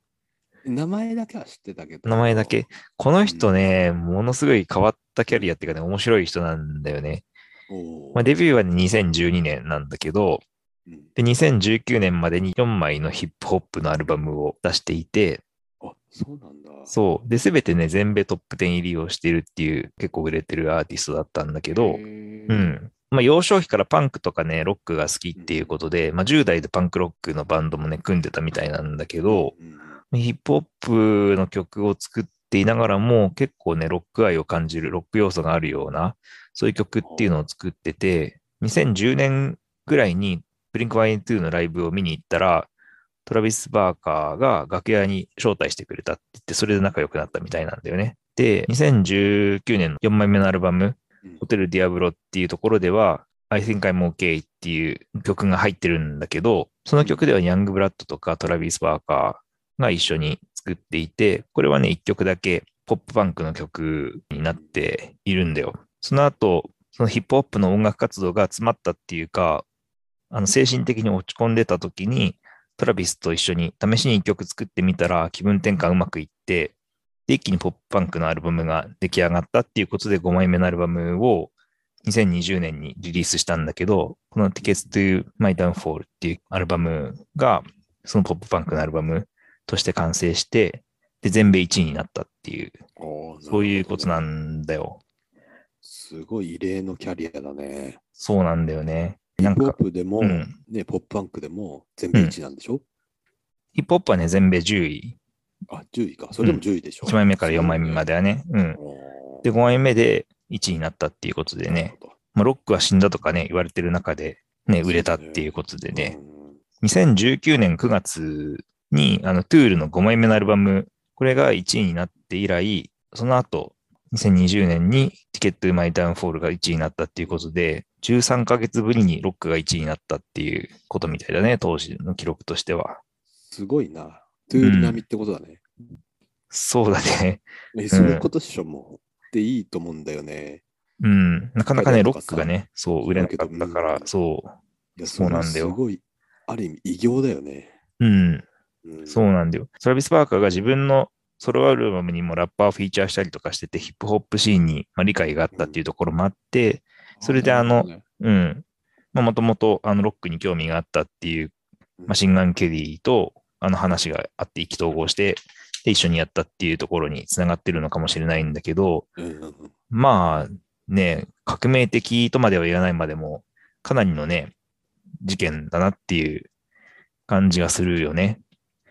名前だけは知ってたけど。
名前だけ。。この人ね、ものすごい変わったキャリアっていうかね、面白い人なんだよね。
お
まあ、
ー
デビューは2012年なんだけど、
うん
で、2019年までに4枚のヒップホップのアルバムを出していて、
あ、そうなんだ。
そう。で、すべてね、全米トップ10入りをしているっていう、結構売れてるアーティストだったんだけ
へ
ど、
ー
う。ん。まあ、幼少期からパンクとかね、ロックが好きっていうことで、まあ、10代でパンクロックのバンドもね、組んでたみたいなんだけど、
うん
ヒップホップの曲を作っていながらも、結構ね、ロック愛を感じる、ロック要素があるような、そういう曲っていうのを作ってて、2010年ぐらいに、ブリンクワイン2のライブを見に行ったら、トラビス・バーカーが楽屋に招待してくれたって言って、それで仲良くなったみたいなんだよね。で、2019年の4枚目のアルバム、
うん
ホテル・ディアブロっていうところでは、I think I'm OK っていう曲が入ってるんだけど、その曲ではヤングブラッドとかトラビス・バーカーが一緒に作っていて、これはね、一曲だけポップパンクの曲になっているんだよ。その後、そのヒップホップの音楽活動が詰まったっていうか、あの精神的に落ち込んでた時に、トラビスと一緒に試しに一曲作ってみたら気分転換うまくいって、で、一気にポップパンクのアルバムが出来上がったっていうことで5枚目のアルバムを2020年にリリースしたんだけど、この Tickets to My Downfall っていうアルバムが、そのポップパンクのアルバムとして完成して、でで、全米1位になったっていう、
おー
そういうことな
るほどね
んだよ。
すごい異例のキャリアだね。
そうなんだよね。
ヒ
な
ッ
ん
プホッ
か、
プでも、
うん
ね、ポップパンクでも全部1位なんでしょ、
ヒップホップはね、全米10位。
あ、10位か。それでも10位でしょ、
1枚目から4枚目ま
で。
ではね。うん。
おー
で、5枚目で1位になったっていうことでね、。まあ、ロックは死んだとかね、言われてる中で、ね、売れたっていうことでね、2019年9月に、あの、トゥールの5枚目のアルバム、これが1位になって以来、その後、2020年にティケット・マイ・ダウン・フォールが1位になったっていうことで、13ヶ月ぶりにロックが1位になったっていうことみたいだね、当時の記録としては。
すごいな。トゥール並みってことだね。
そうだね。 (laughs)
え、そういうことっしょ、もう。でいいと思うんだよね。
うん。なかなかね、
海
ロ
外とか
ッ
さ
クがね、そう、売れなかったか
う
ら、
ん
そう。
いや
そうなんだよ
れはすごい、ある意味異業だよね。
うん。
うん
そうなんだよ。トラビス・パーカーが自分のソロアルバムにもラッパーをフィーチャーしたりとかしてて、ヒップホップシーンにまあ理解があったっていうところもあって、それであの
なる
うん。まあ、もともとあのロックに興味があったっていう、
ほどね
マシンガン・ケリーとあの話があって意気投合して、で一緒にやったっていうところにつながってるのかもしれないんだけど、
うんうんうん
まあね、革命的とまでは言わないまでも、かなりのね、事件だなっていう感じがするよね。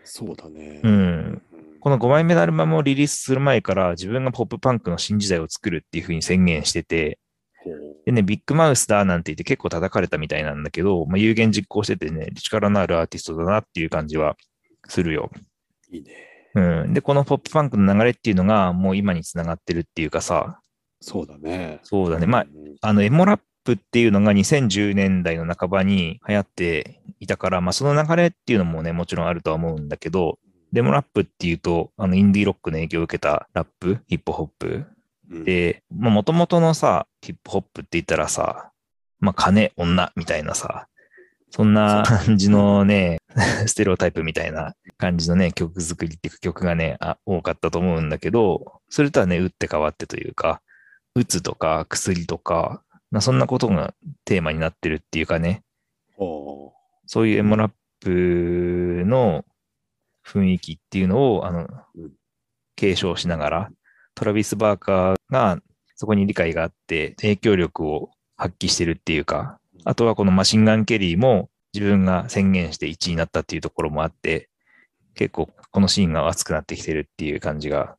そうだね。
う
うんん。
この5枚目のアルバムをリリースする前から自分がポップパンクの新時代を作るっていう風に宣言してて、
ほう
でね、ビッグマウスだなんて言って結構叩かれたみたいなんだけど、まあ、有言実行しててね、力のあるアーティストだなっていう感じはするよ。
いいね。
うん。で、このポップパンクの流れっていうのがもう今につながってるっていうかさ、
そうだね。
そうだね。まあ
う、ん
あの、エモラップっていうのが2010年代の半ばに流行っていたから、まあその流れっていうのもね、もちろんあるとは思うんだけど、でもラップっていうと、あの、インディーロックの影響を受けたラップ、ヒップホップ。
うん
で、まあ、元々のさ、ヒップホップって言ったらさ、まあ、金、女、みたいなさ、そんな
そう
感じのね、 (laughs) ステレオタイプみたいな感じのね、曲作りっていうか曲がねあ、多かったと思うんだけど、それとはね、打って変わってというか、うつとか薬とか、まあ、そんなことがテーマになってるっていうかね、
ほ
そういうエモラップの雰囲気っていうのを、あの
うん、
継承しながら、トラビス・バーカーがそこに理解があって、影響力を発揮してるっていうか、あとはこのマシンガン・ケリーも自分が宣言して1位になったっていうところもあって、結構このシーンが熱くなってきてるっていう感じが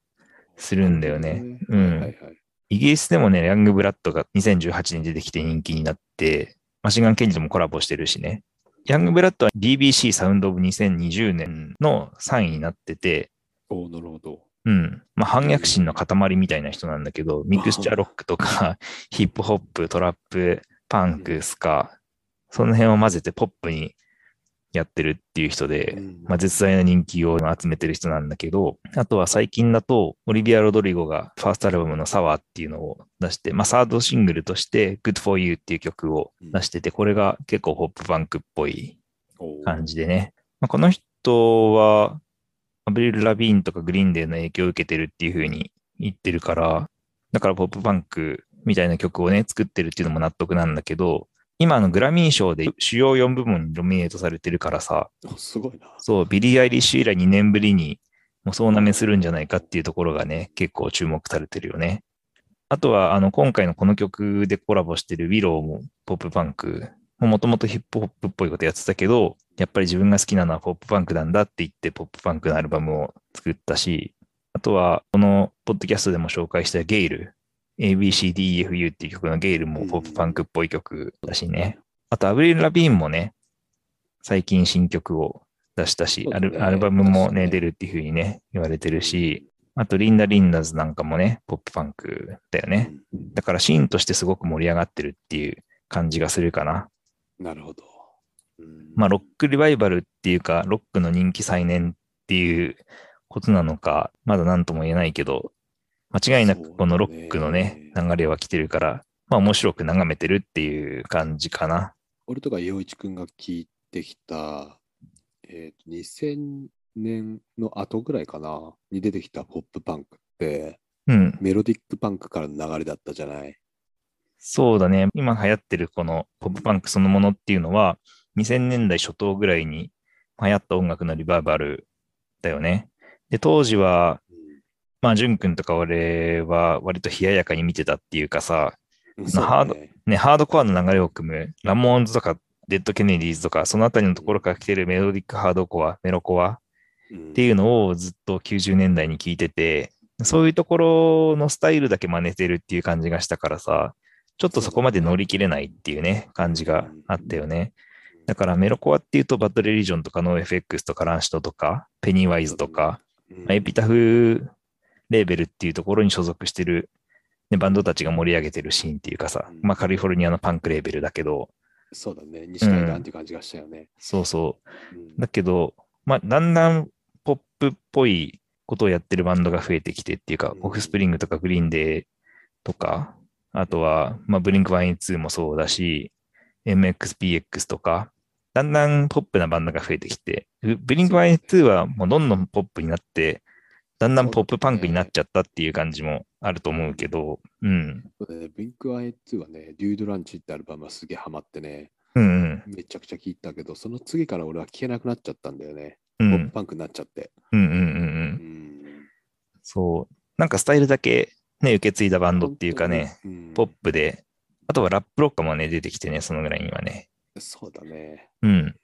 するんだよね。
なるほ
う
どね
ん
はいはいはい。
イギリスでもね、ヤングブラッドが2018年に出てきて人気になって、マシンガン・ケンジともコラボしてるしね。ヤングブラッドは BBC サウンドオブ2020年の3位になってて、
おおなるほど。
うん。まあ、反逆心の塊みたいな人なんだけど、ミクスチャーロックとか、ヒップホップ、トラップ、パンク、スカ、その辺を混ぜてポップにやってるっていう人で、
うん
まあ、絶大な人気を集めてる人なんだけど、あとは最近だと、オリビア・ロドリゴがファーストアルバムのサワーっていうのを出して、まあ、サードシングルとして Good for You っていう曲を出してて、これが結構ホップパンクっぽい
おー
感じでね。まあ、この人は、アブリル・ラビーンとかグリーンデーの影響を受けてるっていう風に言ってるから、だからポップパンクみたいな曲をね、作ってるっていうのも納得なんだけど、今あのグラミー賞で主要4部門にノミネートされてるからさ、
おすごいな。
そう、ビリー・アイリッシュ以来2年ぶりに、もう総なめするんじゃないかっていうところがね、結構注目されてるよね。あとは、あの、今回のこの曲でコラボしてるウィローもポップパンク、もともとヒップホップっぽいことやってたけど、やっぱり自分が好きなのはポップパンクなんだって言って、ポップパンクのアルバムを作ったし、あとは、このポッドキャストでも紹介したゲイル、ABCDEFU っていう曲のゲイルもポップパンクっぽい曲だしね。あと、アブリル・ラビーンもね、最近新曲を出したし、
そう
ア
だね
ルアルバムも
確か
ね、
に
出るっていう風にね、言われてるし、あと、リンダ・リンダズなんかもね、ポップパンクだよね。
うん
だからシーンとしてすごく盛り上がってるっていう感じがするかな。
なるほど。うん
まあ、ロックリバイバルっていうか、ロックの人気再燃っていうことなのか、まだ何とも言えないけど、間違いな
そうだ
く
ね
このロックのね、流れは来てるから、まあ面白く眺めてるっていう感じかな。
俺とか洋一くんが聞いてきた、えーと、2000年の後ぐらいかな、に出てきたポップパンクって、
うん。
メロディックパンクからの流れだったじゃない。
そうだね。今流行ってるこのポップパンクそのものっていうのは、2000年代初頭ぐらいに流行った音楽のリバイバルだよね。で、当時は
うん
まあ、淳君とか俺は割と冷ややかに見てたっていうかさ、
そう
ハード
ね
ね、ハードコアの流れを組む、ラモーンズとか、デッド・ケネディーズとか、そのあたりのところから来てるメロディック・ハードコア、メロコア
うん
っていうのをずっと90年代に聞いてて、そういうところのスタイルだけ真似てるっていう感じがしたからさ、ちょっとそこまで乗り切れないっていうね、感じがあったよね。だからメロコアっていうと、バトルリジョンとかノー FX とかランシドとか、ペニーワイズとか、
うん
まあエピタフレーベルっていうところに所属してる、ね、バンドたちが盛り上げてるシーンっていうかさ、まあ、カリフォルニアのパンクレーベルだけど、
そうだね。西海岸っていう感じがしたよね。
そうそう。
うん
だけど、まあ、だんだんポップっぽいことをやってるバンドが増えてきてっていうか
う、ん
オフスプリングとかグリーンデーとか、あとは、まあ、ブリンク182もそうだし、MXPX とか、だんだんポップなバンドが増えてきて、ブリンク182はもうどんどんポップになって、だんだんポップパンクになっちゃったっていう感じもあると思うけど、うん。
そうだね。ブリンクアイ2はね、デュードランチってアルバムはすげえハマってね、
うん
めちゃくちゃ聴いたけど、その次から俺は聴けなくなっちゃったんだよね。
う
ポ
ん。う
ップ
ん
パンクになっちゃって。
うんうんうんう。
うんん。
そう。なんかスタイルだけね、受け継いだバンドっていうかね、
うん
ポップで、あとはラップロッカーもね、出てきてね、そのぐらいにはね。
そうだね。
うん。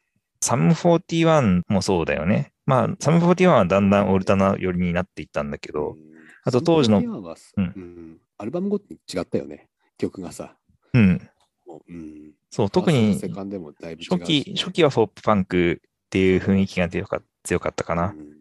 サム41もそうだよね。まあ、サム41はだんだんオルタナ寄りになっていったんだけど
う、ん
あと当時の
そ時は
うん
うんアルバムごとに違ったよね。曲がさ。
うん。
もううん
そう、特に
セカンドでもだいぶ違うし
初期、初期はポップパンクっていう雰囲気が強か強かったかな
う。ん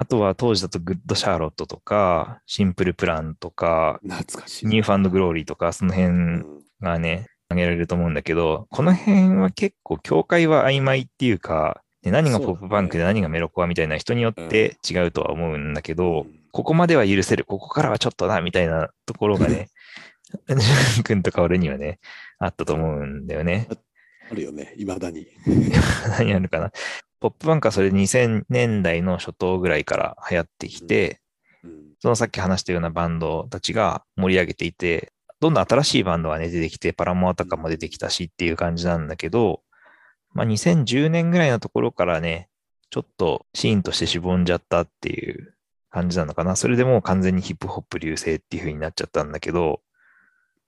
あとは当時だとグッドシャーロットとか、シンプルプランとか、
懐かしい。
ニューファンドグローリーとか、その
う
辺
ん
がね、挙げられると思うんだけど、この辺は結構境界は曖昧っていうか、で何がポップパンクで何がメロコアみたいな人によって違うとは思うんだけど、
うん
ここまでは許せる、ここからはちょっとな、みたいなところがね、ジュン君とか俺にはね、あったと思うんだよね。 (laughs)
あるよね、いまだに。
何あるかな。ポップパンクはそれ2000年代の初頭ぐらいから流行ってきて、
うん
そのさっき話したようなバンドたちが盛り上げていて、どんどん新しいバンドがね、出てきて、パラモアとかも出てきたしっていう感じなんだけど、まあ、2010年ぐらいのところからね、ちょっとシーンとしてしぼんじゃったっていう感じなのかな。それでもう完全にヒップホップ流星っていう風になっちゃったんだけど、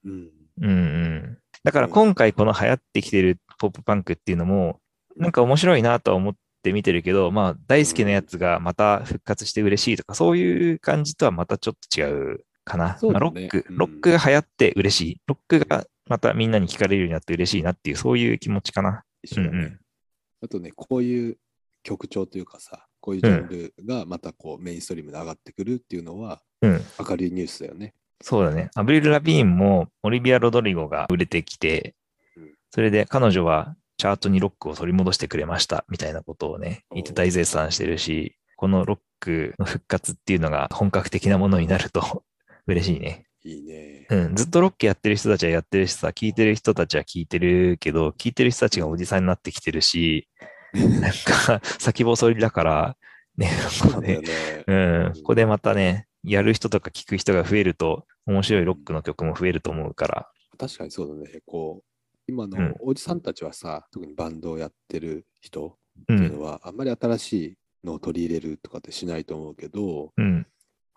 うん
うんうん。だから今回この流行ってきてるポップパンクっていうのも、なんか面白いなとは思って見てるけど、まあ大好きなやつがまた復活して嬉しいとか、そういう感じとはまたちょっと違うかな。
そう
まあ
だ
ロ
ね
ック、
うん
ロックが流行って嬉しい。ロックがまたみんなに聞かれるようになって嬉しいなっていう、そういう気持ちかな。
一緒だね
うんうん
あとね、こういう曲調というかさ、こういうジャンルがまたこうメインストリームで上がってくるっていうのは
うん。
明るいニュースだよね。
そうだね。アブリル・ラビーンもオリビア・ロドリゴが売れてきて
うん、
それで彼女はチャートにロックを取り戻してくれましたみたいなことをね、言って大絶賛してるし、このロックの復活っていうのが本格的なものになると (laughs) 嬉しいね。
いいね。
うん、ずっとロックやってる人たちはやってるしさ、聞いてる人たちは聞いてるけど、聞いてる人たちがおじさんになってきてる
(laughs)
し、なんか先細りだから、ね、
そう
ここ
なんだ
で
よね。
うん、ここでまたね、やる人とか聞く人が増えると、面白いロックの曲も増えると思うから。
確かにそうだね。こう、今
う
の
ん
おじさんたちはさ、特にバンドをやってる人
う
っていうの
ん。
は、あんまり新しいのを取り入れるとかってしないと思うけど、
うん。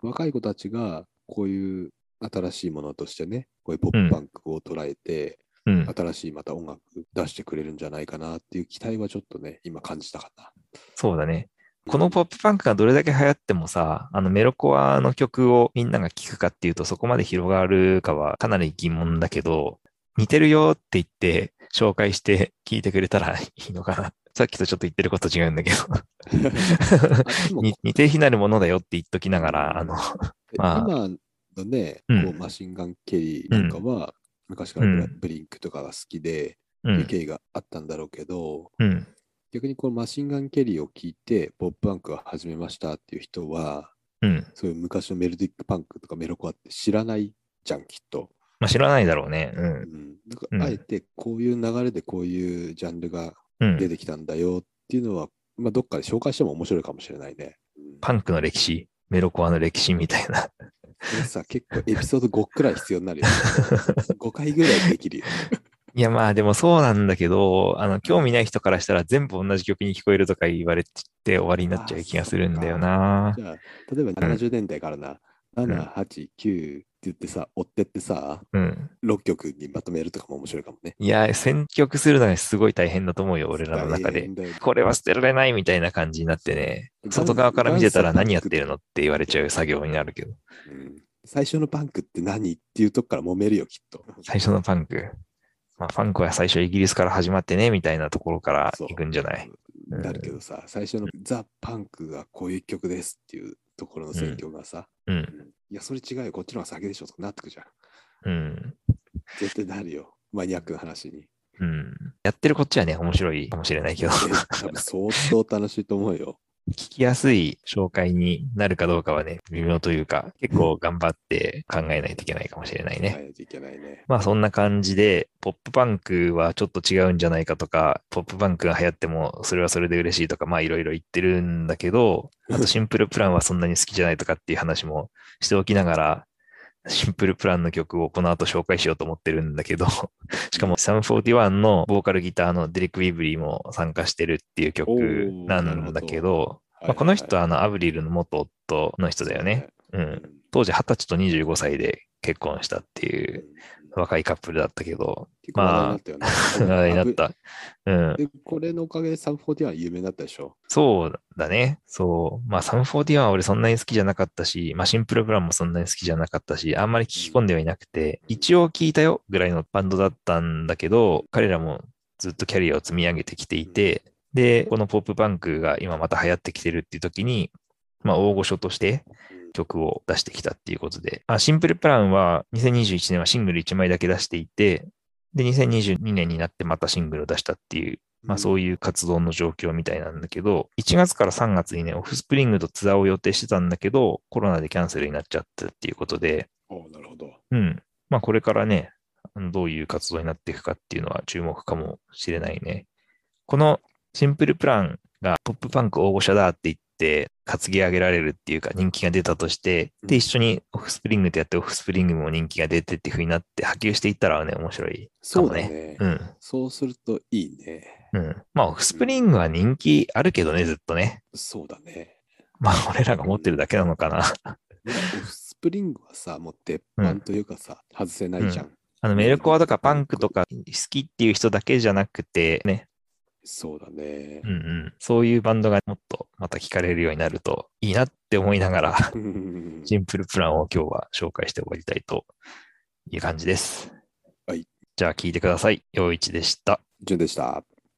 若い子たちがこういう新しいものとしてね、こういうポップパンクを捉えて、
うん。
新しいまた音楽出してくれるんじゃないかなっていう期待はちょっとね、今感じたか
(laughs)
な。
そうだね。このポップパンクがどれだけ流行ってもさ、あのメロコアの曲をみんなが聴くかっていうと、そこまで広がるかはかなり疑問だけど、似てるよって言って、紹介して聞いてくれたら (laughs) いいのかな。さっきとちょっと言ってること違うんだけど。
あでも
に似て非なるものだよって言っときながら、あの、まあ
今のね、
うん
こうマシンガン・ケリーなんかは、昔からブラブリンクとかが好きで、
う。
っていうん経緯があったんだろうけど、
うん。
逆にこのマシンガン・ケリーを聞いて、ポップパンクを始めましたっていう人は、
うん。
そういう昔のメロディックパンクとかメロコアって知らないじゃん、きっと。
まあ、知らないだろうね。うん。
うん、だか
うん
らあえてこういう流れでこういうジャンルが
うん。
出てきたんだよっていうのは、まあ、どっかで紹介しても面白いかもしれない
(laughs)
ね。うん
パンクの歴史、メロコアの歴史みたいな。 (laughs)
これさ、結構エピソード5くらい必要になるよ、ね。5回ぐらいできるよ。
(laughs) いやまあでもそうなんだけど、あの、興味ない人からしたら全部同じ曲に聞こえるとか言われて終わりになっちゃう気がするんだよな。
じゃあ、例えば70年代からな、 7、8、9って言ってさ、追ってってさ、
うん。
6曲にまとめるとかも面白いかもね。
いや、選曲するのがすごい大変だと思うよ、俺らの中
大
で。
変だよ
これは捨てられないみたいな感じになってね、外側から見てたら何やってるのって言われちゃう作業になるけど。
うん最初のパンクって何っていうとこから揉めるよ、きっと。
最初のパンク。まあ、パンクは最初イギリスから始まってね、みたいなところから
そう
行くんじゃないうん
なるけどさ、最初のザ・パンクがこういう曲ですっていうところの選挙がさ、
うん。
うんいや、それ違うよ、こっちの方が先でしょとかなってくじゃん。
うん。
絶対なるよ、マニアックな話に。
うん。やってるこっちはね、面白いかもしれないけど、
え多分相当楽しいと思うよ。
聞きやすい紹介になるかどうかはね、微妙というか、結構頑張って考えないといけないかもしれないね。
考えないといけないね。
まあそんな感じで、ポップパンクはちょっと違うんじゃないかとか、ポップパンクが流行ってもそれはそれで嬉しいとか、まあいろいろ言ってるんだけど、あとシンプルプランはそんなに好きじゃないとかっていう話もしておきながら、シンプルプランの曲をこの後紹介しようと思ってるんだけど、しかもサム41のボーカルギターのデリック・ビブリーも参加してるっていう
お
曲
ー
なんだけど、
はい
まあ、この人
は
はあのアブリルの元夫の人
い
だよね。。うん。当時20歳と25歳で結婚したって
そう
い
だ
う
ね
若いカップルだったけど、
結構
まあ
話題になったよね。
話題になった。うん。
で、これのおかげでサブ40は有名になったでしょ。
そうだね。そう。まあ、サム41は俺そんなに好きじゃなかったし、まあ、シンプルプランもそんなに好きじゃなかったし、あんまり聞き込んではいなくて、一応聞いたよぐらいのバンドだったんだけど、彼らもずっとキャリアを積み上げてきていて、で、このポップパンクが今また流行ってきてるっていう時に、まあ、大御所として曲を出してきたっていうことで、あシンプルプランは2021年はシングル1枚だけ出していて、で、2022年になってまたシングルを出したっていう、まあそう
い
いう活動の状況みたいなんだけど、1月から3月にね、オフスプリングとツアーを予定してたんだけど、コロナでキャンセルになっちゃったっていうことで、
うん。おうなるほど。
うん。まあこれからね、あのどういう活動になっていくかっていうのは注目かもしれないね。このシンプルプランがポップパンク大御所だって言って、担ぎ上げられるっていうか人気が出たとして、で、
うん
一緒にオフスプリングとやってオフスプリングも人気が出てっていう風になって波及していったらね、面白いか
そう
も
だ
ね。
ね。
うん。
そうするといいね。
うん。まあ、オフスプリングは人気あるけどね、ずっとね。
そうだね。
まあ、 (laughs) 俺らが持ってるだけなのかな。
オフスプリングはさ、もう鉄板というかさ、外せないじゃん。
あの、メルコアとかパンクとか好きっていう人だけじゃなくて、ね、
そうだね
うん。うん、そういうバンドがもっとまた聞かれるようになるといいなって思いながら、 (laughs)
(laughs) うん
シンプルプランを今日は紹介して終わりたいという感じです。
はい。
じゃあ聞いてください。陽一でした。
順でした。